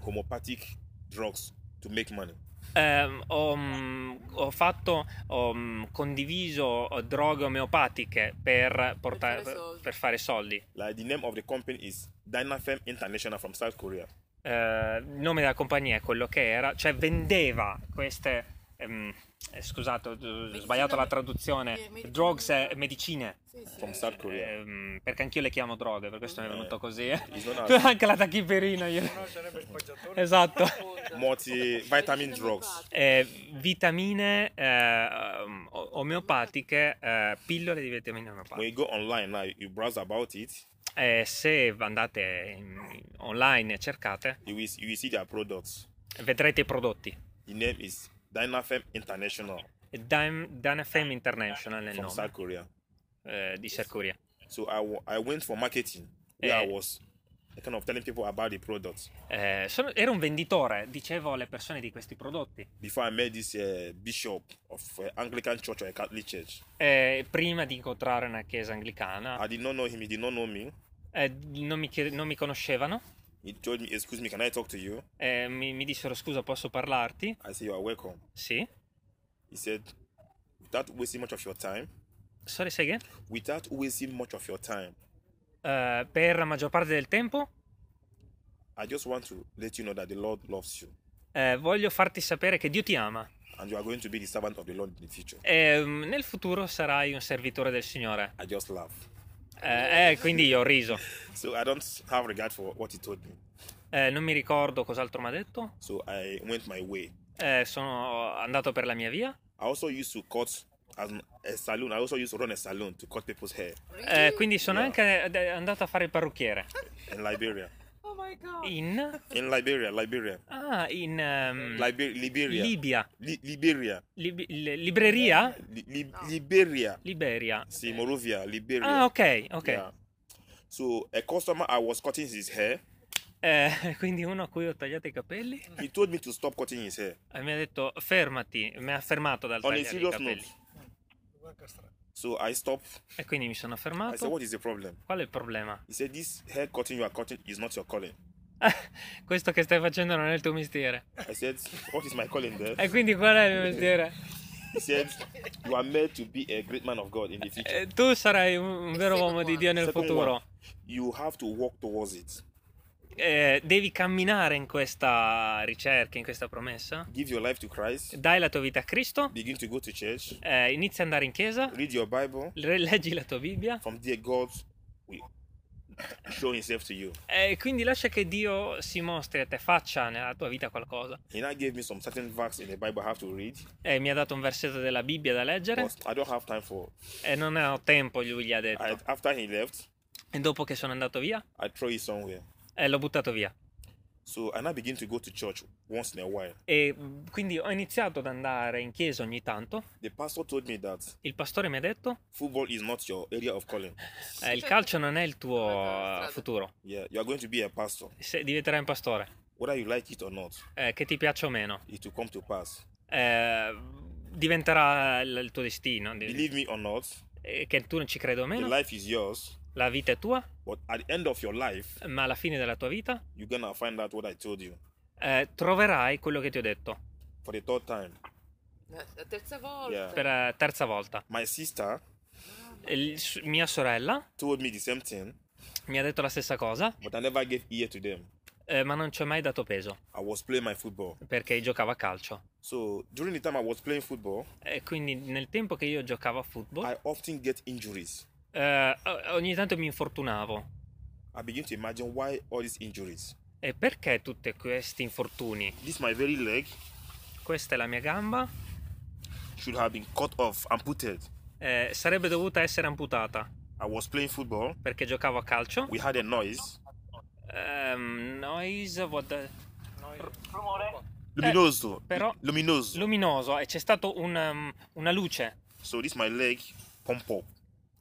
homeopathic drugs to make money.
Ehm, ho, mm, ho fatto, ho mm, condiviso eh, droghe omeopatiche per, portare,
fare
per,
soldi.
fare soldi.
Like the name of the company is Dynafem International from South Korea.
Eh, il nome della compagnia è quello che era, cioè vendeva queste. ehm, eh, scusate, ho eh, sbagliato la traduzione.
eh, medicine.
Drugs e medicine. Cioè,
Sì, sì.
From South Korea.
Ehm, perché anch'io le chiamo droghe, per questo mi è venuto
Eh,
così.
It's known as
Anche la tachiperina io.
No, sarebbe il poggiatore.
Esatto.
Appunto.
multi-vitamin
Medicine
drugs.
Eh, vitamine eh, um, o- omeopatiche, eh, pillole di vitamine
When
omeopatiche.
you go online now, you browse about it,
Eh, se andate in- online e cercate,
you will, you will see their products.
vedrete i prodotti.
The name is Dynafem International
Dime- Dynafem International è il
from
nome
South Korea.
eh, di Sercuria.
So I wa- I went for marketing where I
Eh.
was kind of telling people about the products
Eh, sono- ero un venditore, dicevo alle persone di questi prodotti.
before I met this uh, bishop of uh, Anglican church or a Catholic church.
Eh, prima di incontrare una chiesa anglicana,
I did not know him. He did not know me.
eh, non, mi chied- non mi conoscevano.
He told me, "Excuse me, can I talk to you?"
eh, mi, mi dissero scusa, posso parlarti?
I said, "You are welcome."
Sì.
He said, "Without wasting much of your time,
Sorry, say again.
without wasting much of your time,
Eh, per la maggior parte del tempo
I just want to let you know that the Lord loves you,
eh, voglio farti sapere che Dio ti ama.
and you are going to be the servant of the Lord in the future."
E, mm, nel futuro sarai un servitore del Signore.
I just laugh.
Eh, eh, quindi io ho riso.
So I don't have regard for what he told me.
Eh, non mi ricordo cos'altro mi ha detto.
So I went my way.
Eh, sono andato per la mia via.
I also used to cut as a saloon. I also used to run a saloon to cut people's hair
Eh, quindi sono
No.
anche eh, andato a fare il parrucchiere.
in Liberia.
Oh my god.
In?
In Liberia, Liberia,
Ah, in ehm,
Liber- Liberia,
Libia.
Li- Liberia,
Lib- li- libreria?
Li- Li- Liberia.
Liberia.
See, Morovia, Liberia.
Ah, ok, ok.
Yeah. So a customer, I was cutting his hair.
Eh, quindi uno a cui ho tagliato i capelli
He told me to stop cutting his hair.
e mi ha detto fermati, mi ha fermato dal
On a
tagliare i
serious
capelli.
note. So I stopped.
E quindi mi sono
I said,
fermato.
"What is the problem?"
Qual è il problema?
He said, "This hair cutting you are cutting is not your calling."
Questo che stai facendo non è il tuo mestiere.
I said, "What is my calling there?"
E quindi qual è il mio mestiere?
He said, "You are meant to be a great man of God in the future."
Eh, tu sarai un, un vero uomo di Dio nel
Second
futuro.
one, you have to walk towards it.
Eh, devi camminare in questa ricerca, in questa promessa.
Give your life to Christ.
Dai la tua vita a Cristo.
Begin to go to church.
eh, inizia ad andare in chiesa.
Read your Bible.
re- Leggi la tua Bibbia.
From there, God will show Himself to you.
E quindi lascia che Dio si mostri a te, faccia nella tua vita qualcosa.
He now gave me some certain verses in the Bible I have to read,
E mi ha dato un versetto della Bibbia da leggere.
but I don't have time for.
E non ho tempo, lui gli ha detto.
I, after he left,
E dopo che sono andato via,
I throw it somewhere.
eh, l'ho buttato via.
So I now begin to go to church once in a while.
E mh, quindi ho iniziato ad andare in chiesa ogni tanto.
The pastor told me that
Il pastore mi ha detto:
football is not your area of calling.
eh, Il calcio non è il
Quella
tuo
strada.
futuro.
Yeah, you are going to be a pastor,
Se diventerai un pastore,
whether you like it or not.
eh, che ti piaccia o meno,
It will come to pass.
eh, diventerà il il tuo destino. di-
Believe me or not,
eh, che tu non ci credo o
the
meno,
life is yours.
la vita è tua,
But at the end of your life,
ma alla fine della tua vita
you're gonna find out what I told you
eh, troverai quello che ti ho detto
for the third time.
La la terza volta.
Yeah.
per eh, terza volta.
My sister
Il- s- mia sorella
told me the same thing,
mi ha detto la stessa cosa,
but I never gave ear to them.
eh, ma non ci ho mai dato peso
I was playing my football.
perché giocavo a calcio.
So during the time I was playing football,
E quindi nel tempo che io giocavo a football,
I often get injuries.
eh, o- ogni tanto mi infortunavo.
I begin to imagine why all these injuries.
E perché tutti questi infortuni?
This my very leg
Questa è la mia gamba,
should have been cut off, amputated.
eh, sarebbe dovuta essere amputata
I was playing football.
perché giocavo a calcio.
We had a noise.
Ehm, noise, what the-
Luminoso.
però-
Luminoso.
luminoso e c'è stata una luce.
so this my leg pump up,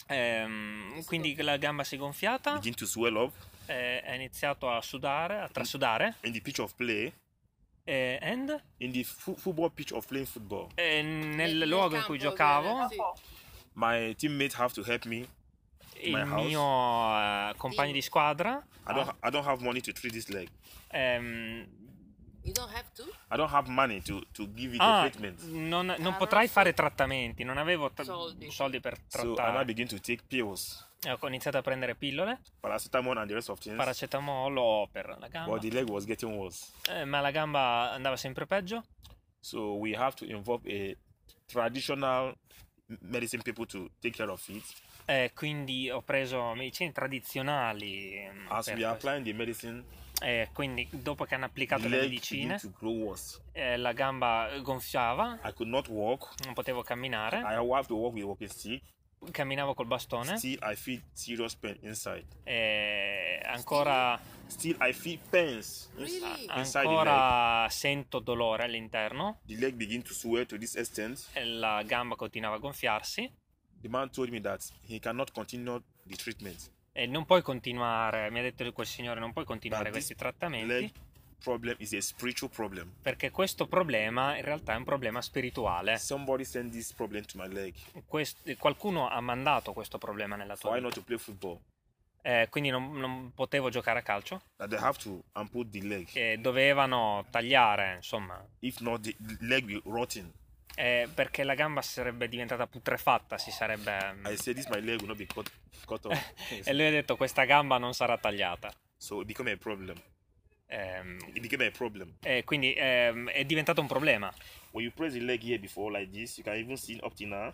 Ehm, quindi la gamba si è gonfiata,
begin to swell up.
eh, è iniziato a sudare, a trasudare.
In the pitch of play,
eh, and
in the fu- football pitch of playing football,
eh,
Nel-
nel
nel
luogo in
campo,
cui
sì,
giocavo,
sì.
my teammates have to help me.
il
My house.
mio eh, compagno di squadra
I don't. I don't have money to treat this leg.
ehm,
You don't have to?
I don't have money to to give it
ah,
a treatment.
non, non
Ah, non
potrai
so.
fare trattamenti, non avevo tra- soldi.
Soldi.
per
So I now
trattare.
begin to take pills,
Ecco, ho iniziato a prendere pillole,
paracetamol and the rest of things.
paracetamolo per la gamba,
But the leg was getting worse.
eh, ma la gamba andava sempre peggio.
So we have to involve a traditional medicine people to take care of it.
Eh, quindi ho preso medicine tradizionali. ehm,
As
per
we are
questo.
applying the medicine,
Eh, quindi dopo che hanno applicato
the
le
leg began
medicine,
to grow worse.
eh, la gamba gonfiava,
I could not walk.
non potevo camminare,
I have to walk with a walking stick.
camminavo col bastone
Still, I feel serious pain inside.
e ancora,
Still, I feel pains. ins-
Really?
Inside
ancora sento dolore all'interno,
the leg. The leg begin to swell to this extent.
e la gamba continuava a gonfiarsi
The man told me that he cannot continue the treatment.
e non puoi continuare, mi ha detto quel signore, non puoi continuare
But this
questi trattamenti
Leg problem is a spiritual problem.
perché questo problema in realtà è un problema spirituale.
Somebody sent this problem to my leg.
Quest- qualcuno ha mandato questo problema nella
So
tua
why
vita.
not to play football?
Eh, quindi non, non potevo giocare a calcio.
That they have to amputate the leg.
che dovevano tagliare, insomma,
If not, the leg will rotten.
eh, perché la gamba sarebbe diventata putrefatta, si sarebbe... mm,
I said this my leg will not be cut cut off.
E lui ha detto questa gamba non sarà tagliata.
so it became a problem.
Ehm,
It became a problem.
e quindi ehm, è diventato un problema.
When you press the leg here before like this, you can even see up till now.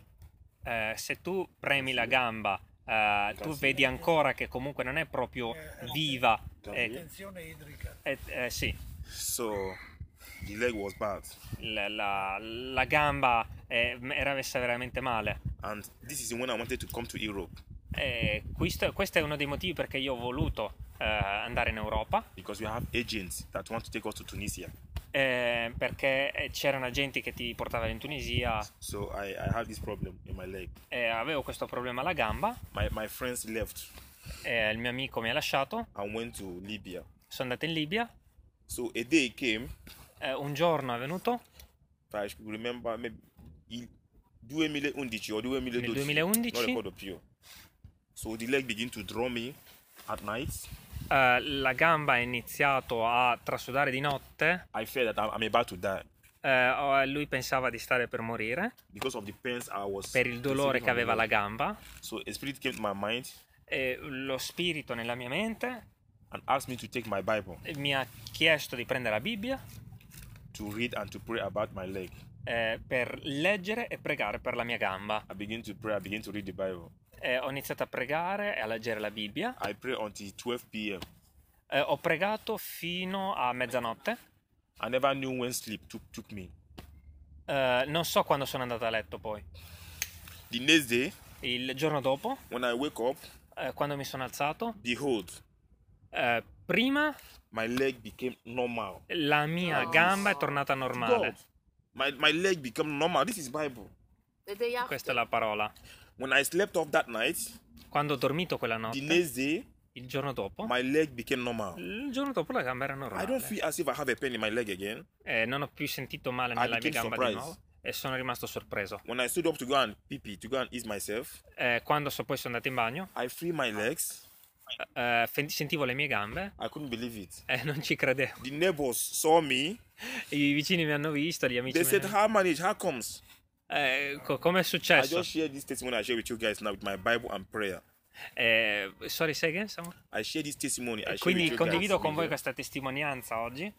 Eh, se tu premi la gamba, eh, tu vedi ancora che comunque non è proprio viva. eh,
Tensione idrica.
eh, eh, sì,
So The leg was bad.
la, la- la gamba eh, era messa veramente male.
And this is when I wanted to come to Europe
E Eh, questo, questo è uno dei motivi perché io ho voluto eh, andare in Europa,
because we have agents that want to take us to Tunisia.
eh, perché eh, c'erano agenti che ti portavano in Tunisia
So I, I have this problem in my leg.
e avevo questo problema alla gamba,
My, my friends left
eh, il mio amico mi ha lasciato,
and went to Libya.
sono andato in Libia,
So a day came,
eh, un giorno è venuto,
if I should remember, maybe il 2011 or 2012.
Nel 2011.
Not record of you. So the leg begin to draw me at night.
eh, la gamba ha iniziato a trasudare di notte,
I felt that I'm, I'm about to die
eh, oh, lui pensava di stare per morire
because of the pains I was.
per il dolore che
receiving from the
aveva la
leg.
gamba
So a spirit came to my mind
e lo spirito nella mia mente
and asked me to take my Bible
mi ha chiesto di prendere la Bibbia
to read and to pray about my leg.
eh, per leggere e pregare per la mia gamba.
I begin to pray. I begin to read the Bible.
Eh, ho iniziato a pregare e a leggere la Bibbia.
I pray until 12 p.m.
Eh, ho pregato fino a mezzanotte.
I never knew when sleep took, took me.
Eh, non so quando sono andato a letto poi.
The next day,
Il giorno dopo,
when I wake up,
eh, quando mi sono alzato,
behold,
eh, prima
my leg became normal.
la mia
No.
gamba è tornata normale.
God. My, my leg became normal. This is Bible.
The day after. Oh
Questa è la parola.
When I slept off that night,
Quando ho dormito quella
the
notte,
next day,
il giorno dopo,
my leg became normal.
il giorno dopo la gamba era
I don't
normale.
feel as if I have a pain in my leg again.
Eh, non ho più sentito male
I
nella mia
became
gamba di
surprised.
nuovo e sono rimasto sorpreso.
When I stood up to go and pee pee, to go and ease myself,
Eh, quando so- poi sono andato in bagno,
I free my legs.
eh, fe- sentivo le mie gambe
I couldn't believe it.
e non ci credevo.
The neighbors saw me.
I vicini mi hanno visto, gli amici
They
mi
said,
hanno
How manage? How comes?
eh, co- Come è
I
successo?
just share this testimony I share with you guys now with my Bible and prayer.
Eh, sorry, say again, Samu?
I share this testimony. I share
Quindi
with you guys.
condivido con voi questa testimonianza oggi.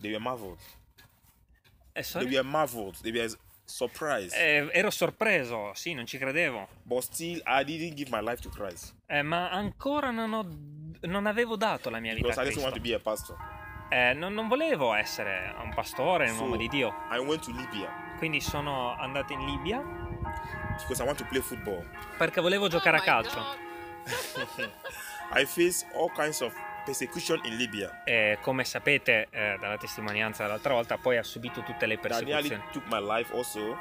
They were marveled.
Eh,
They
sorry?
were marveled. They were surprised.
Eh, ero sorpreso, sì, non ci credevo.
But still, I didn't give my life to Christ
Eh, ma ancora non, ho- non avevo dato la mia vita
because
a
I just want to
Cristo.
be a pastor.
Eh, non, non volevo essere un pastore, un
So,
uomo di Dio.
I went to Libya
Quindi sono andato in Libia
because I want to play football.
perché volevo giocare
Oh
a
my
calcio.
God.
I faced all kinds of persecution in Libya
Eh, come sapete eh, dalla testimonianza dell'altra volta, poi ha subito tutte le
that nearly
persecuzioni.
took my life also,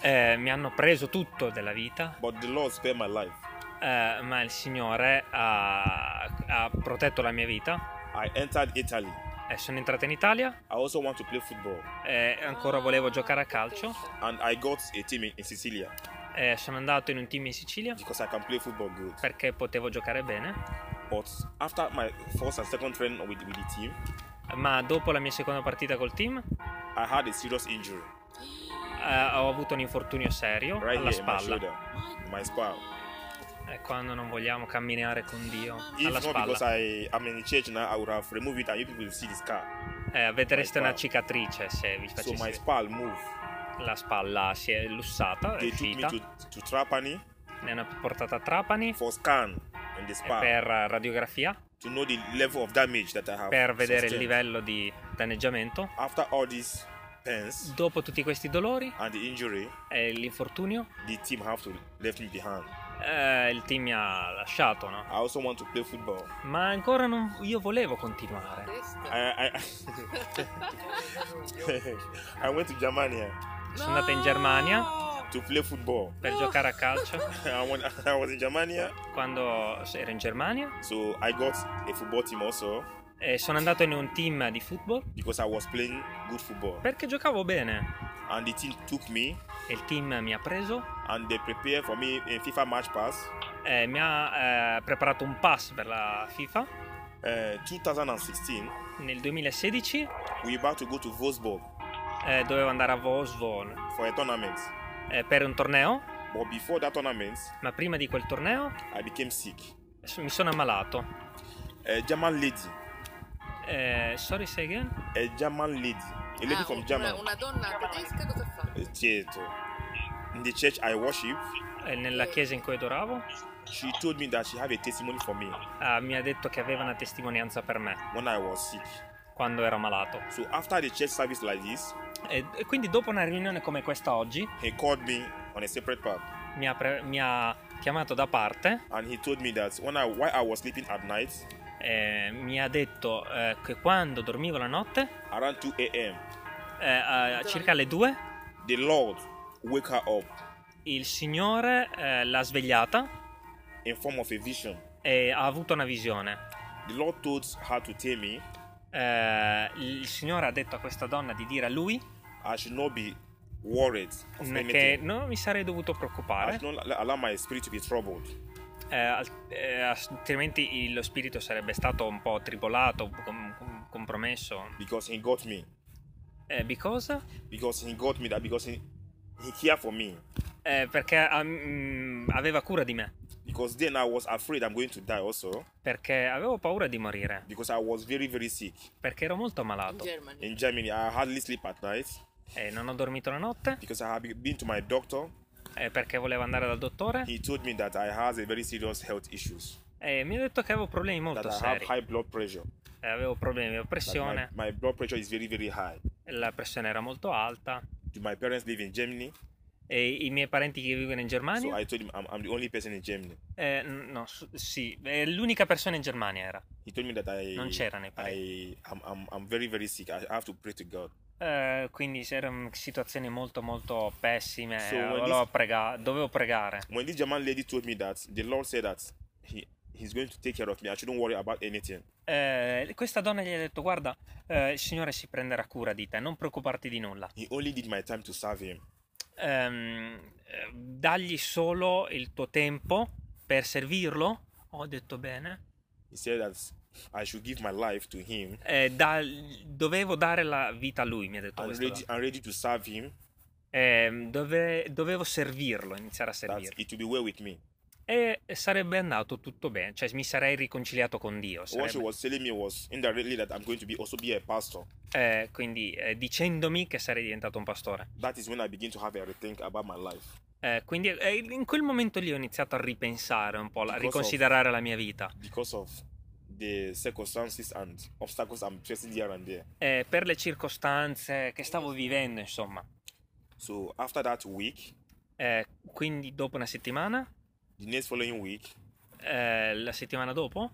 Eh, mi hanno preso tutto della vita,
but the Lord spared my life.
eh, ma il Signore ha, ha protetto la mia vita.
I entered Italy.
Eh, sono entrata in Italia
I also want to play football,
eh, ancora volevo giocare a calcio.
and I got a team in, in Sicilia
eh, sono andato in un team in Sicilia
because I can play football good.
perché potevo giocare bene.
But after my first and second training with, with the team,
Ma dopo la mia seconda partita col team
I had a serious injury
eh, ho avuto un infortunio serio
right
alla
here in my
spalla.
shoulder, in my spine.
Eh, quando non vogliamo camminare con Dio
If
alla
not because
spalla,
I am in church now, I would have removed it and you people will see the scar.
eh, vedreste
my
una
spalla.
cicatrice se vi
So my
facessi
spine moved.
la spalla si è lussata, è
They took me
uscita,
to, to Trapani
ne hanno portata a Trapani
for scan in the
eh,
spine.
per radiografia
to know the level of damage that I have.
per vedere il
sustained.
livello di danneggiamento.
After all these pains
Dopo tutti questi dolori
and the injury,
e l'infortunio,
the team have to left me behind.
eh, il team mi ha lasciato, no?
I also want to play football.
Ma ancora non, io volevo continuare.
Questo.
I I, I went to Germany
Sono andata in Germania
No!
to play football.
per giocare a calcio.
I, went, I was in Germany,
Quando ero in Germania
so I got a football team also
e sono andato in un team di football
because I was playing good football.
perché giocavo bene.
And the team took me
E il team mi ha preso,
and they prepared for me a FIFA match pass
eh, mi ha eh, preparato un pass per la FIFA.
uh, 2016.
Nel 2016
We about to go to Wolfsburg
eh, dovevo andare a Vosvon
for a tournament.
eh, per un torneo,
But before that tournament,
ma prima di quel torneo
I became sick.
s- mi sono ammalato.
A German lady,
Eh, sorry, say again?
a German lady, a lady
Ah,
from
una-
Germany.
Una donna tedesca cosa fa?
Uh, theater. In the church I worship,
Eh, nella chiesa in cui adoravo ah,
she told me that she had a testimony for me
eh, mi ha detto che aveva una testimonianza per me
when I was sick.
quando era malato.
So after the church service like this,
E, e quindi dopo una riunione come questa oggi
he called me on a separate part
mi ha, pre- mi ha chiamato da parte
and he told me that when I while I was sleeping at night
e mi ha detto eh, che quando dormivo la notte,
around 2 a.m.
eh, a circa alle 2,
the Lord wake her up
il Signore eh, l'ha svegliata
in form of a vision.
e ha avuto una visione.
The Lord told her to tell me
Eh, il Signore ha detto a questa donna di dire a lui
I should not be worried of
che
anything.
non mi sarei dovuto
I
preoccupare,
should not allow my spirit to be troubled.
eh, al- eh, altrimenti il- lo spirito sarebbe stato un po' tribolato, com- com- compromesso.
because he got me
Eh, because?
because he got me that because he he care for me
Eh, perché ah, mm, aveva cura di me,
because then i was afraid i'm going to die also
perché avevo paura di morire,
because i was very very sick
perché ero molto
in
malato
Germany.
in germany i hardly sleep at night
e non ho dormito la notte
because i have been to my doctor
eh, perché volevo andare dal dottore
he told me that i has a very serious health issues
e mi ha detto che avevo problemi
that
molto
i have
seri,
high blood pressure
Eh, avevo problemi di
that my,
oppressione,
my blood pressure is very very high
la pressione era molto alta.
Do my parents live in germany
E i miei parenti che vivono in
so
Germania?
i told him I'm, I'm the only person in germany
Eh, n- no, s- sì, eh, l'unica persona in Germania era.
he told me that i
Non c'erano i parenti.
i I'm, I'm, I'm very very sick i have to pray to god
Eh, quindi c'erano situazioni molto molto pessime.
So,
eh,
when
volevo
this-
prega- dovevo pregare.
when this German lady told me that the Lord said that he he's going to take care of me, I shouldn't worry about anything.
Eh, questa donna gli ha detto: Guarda, eh, il Signore si prenderà cura di te, non preoccuparti di nulla.
He only did my time to serve him.
Ehm, eh, dagli solo il tuo tempo per servirlo. Ho detto bene.
He said that I should give my life to him.
Eh, da- dovevo dare la vita a lui, mi ha detto
I'm
questa
ready,
donna.
I'm ready to serve him.
Ehm, dove- dovevo servirlo, iniziare a
That
servirlo.
it will be well with me.
e sarebbe andato tutto bene, cioè mi sarei riconciliato con Dio.
What she
sarebbe-
was telling me was indirectly that I'm going to be also be a pastor.
eh, quindi eh, dicendomi che sarei diventato un pastore.
That is when I begin to have a rethink about my life.
Eh, quindi eh, in quel momento lì ho iniziato a ripensare un po', a
Because
riconsiderare la mia vita.
Because of the circumstances and obstacles I'm facing here and there.
Eh, per le circostanze che stavo vivendo, insomma.
So after that week,
Eh, quindi dopo una settimana,
the next following week,
eh, la settimana dopo,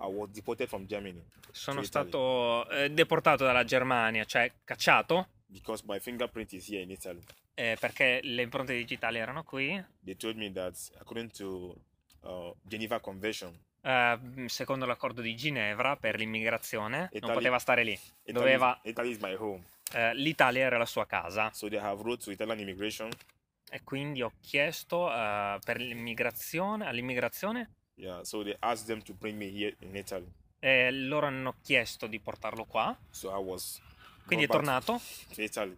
I was deported from Germany
sono
Sì,
stato eh, deportato dalla Germania, cioè cacciato,
because my fingerprint is here in Italy.
eh, perché le impronte digitali erano qui.
they told me that according to uh, Geneva Convention,
Eh, secondo l'accordo di Ginevra per l'immigrazione,
Italy-
non poteva stare lì.
Italy,
Doveva-
Italy is my home.
Eh, L'Italia era la sua casa
So they have road to Italian immigration.
e quindi ho chiesto eh, per l'immigrazione, all'immigrazione
Yeah, so they asked them to bring me here in Italy.
e loro hanno chiesto di portarlo qua.
So I was
Quindi è
brought back
tornato,
to Italy.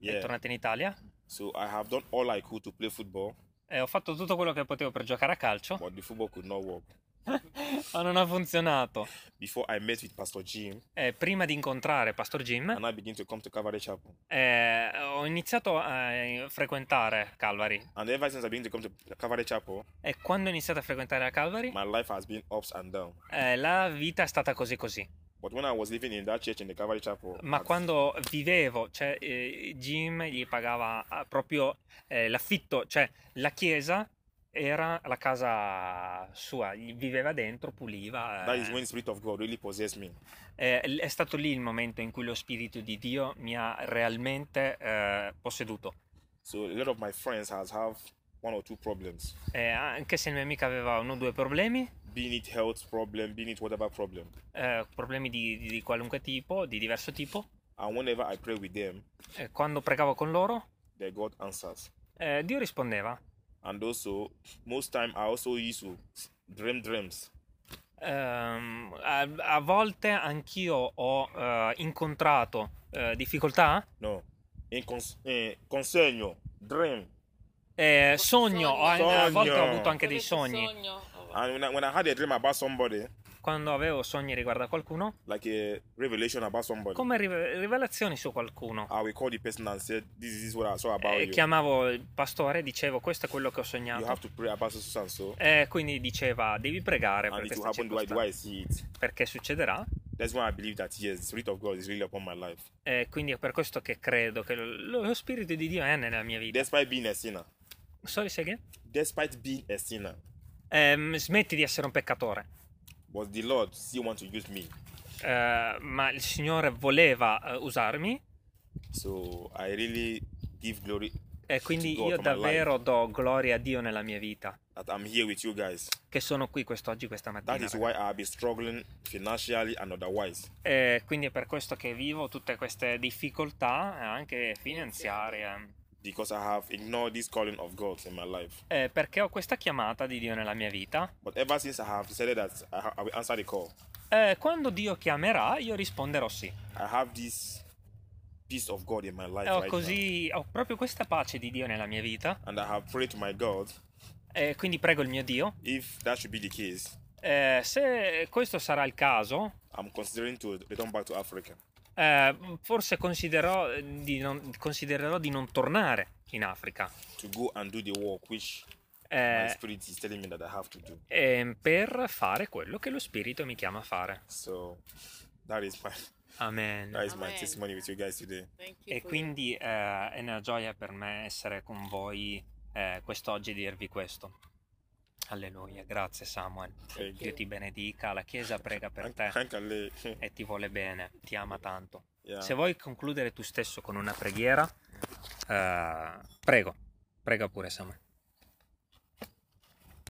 è
Yeah.
tornato in Italia.
So I have done all I could to play football,
E ho fatto tutto quello che potevo per giocare a calcio,
but the football could not work.
ma non ha funzionato.
Before I met with Pastor Jim,
Eh, prima di incontrare Pastor Jim,
and I begin to come to Calvary Chapel.
eh, ho iniziato a eh, frequentare Calvary.
And ever since I begin to come to Calvary Chapel,
E quando ho iniziato a frequentare la Calvary,
my life has been ups and downs.
eh, la vita è stata così così.
But when I was living in that church in the Calvary Chapel,
Ma
at-
quando vivevo, cioè, eh, Jim gli pagava ah, proprio eh, l'affitto, cioè la chiesa era la casa sua, gli viveva dentro, puliva.
that
eh.
is when the Spirit of God really possessed me.
Eh, l- è stato lì il momento in cui lo Spirito di Dio mi ha realmente eh, posseduto.
So a lot of my friends has have one or two problems.
Eh, anche se il mio amico aveva uno o due problemi,
Be it health problem, be it whatever problem.
eh, problemi di, di- di qualunque tipo, di diverso tipo,
And whenever I pray with them,
eh, quando pregavo con loro,
they got answers.
eh, Dio rispondeva.
And also, most time I also used to dream dreams.
Ehm, a, a volte anch'io ho eh, incontrato eh, difficoltà.
No, in cons- eh, concern you, dream.
Eh, sogno, ho- a
Sogno. Ah.
volte ho avuto anche dei
Questo
sogni.
sogno, oh,
And when I, when I had a dream about somebody,
Quando avevo sogni riguardo a qualcuno,
like a revelation about somebody,
come rive- rivelazioni su qualcuno.
I will call the person and say, "This is what I saw about
Eh,
you.
chiamavo il pastore e dicevo questo è quello che ho
You
sognato.
have to pray about so so and so,
Eh, quindi diceva devi pregare per
and it will
questa
happen the way, the way I
circostanza,
see it.
perché succederà.
That's why I believe that yes, the Spirit of God is really upon my life.
Eh, quindi è per questo che credo che lo, lo spirito di Dio è nella mia vita.
Despite being a sinner.
Sorry, say again?
Despite being a sinner.
Ehm, smetti di essere un peccatore.
But the Lord still wants to use me.
Eh, ma il Signore voleva eh, usarmi
So I really give glory
e quindi
to God
io
for my life,
davvero do gloria a Dio nella mia vita,
that I'm here with you guys.
che sono qui quest'oggi, questa mattina.
That is
ragazzi.
why I'll be struggling financially and otherwise.
Eh, quindi è per questo che vivo tutte queste difficoltà, eh, anche finanziarie,
Because I have ignored this calling of God in my life.
eh, perché ho questa chiamata di Dio nella mia vita.
But ever since I have decided that I, ha- I will answer the call,
Eh, quando Dio chiamerà, io risponderò sì.
I have this peace of God in my life
E ho
right now.
così, ho proprio questa pace di Dio nella mia vita.
And I have prayed to my God
E Eh, quindi prego il mio Dio.
if that should be the case,
eh, se questo sarà il caso,
I'm considering to return back to Africa.
eh, forse considererò di, non, considererò di non tornare in Africa.
to go and do the work which my
eh,
spirit is telling me that I have to do.
ehm, per fare quello che lo Spirito mi chiama a fare.
So that is my
Amen.
that is my
Amen.
testimony with you guys today.
Thank you
E
for
quindi eh, è una gioia per me essere con voi eh, quest'oggi e dirvi questo. Alleluia, grazie Samuel.
Very
Dio
good.
ti benedica, la Chiesa prega per
Thank-
te
thank you, Ale.
e ti vuole bene, ti ama tanto.
Yeah.
Se vuoi concludere tu stesso con una preghiera, eh, prego, prega pure Samuel.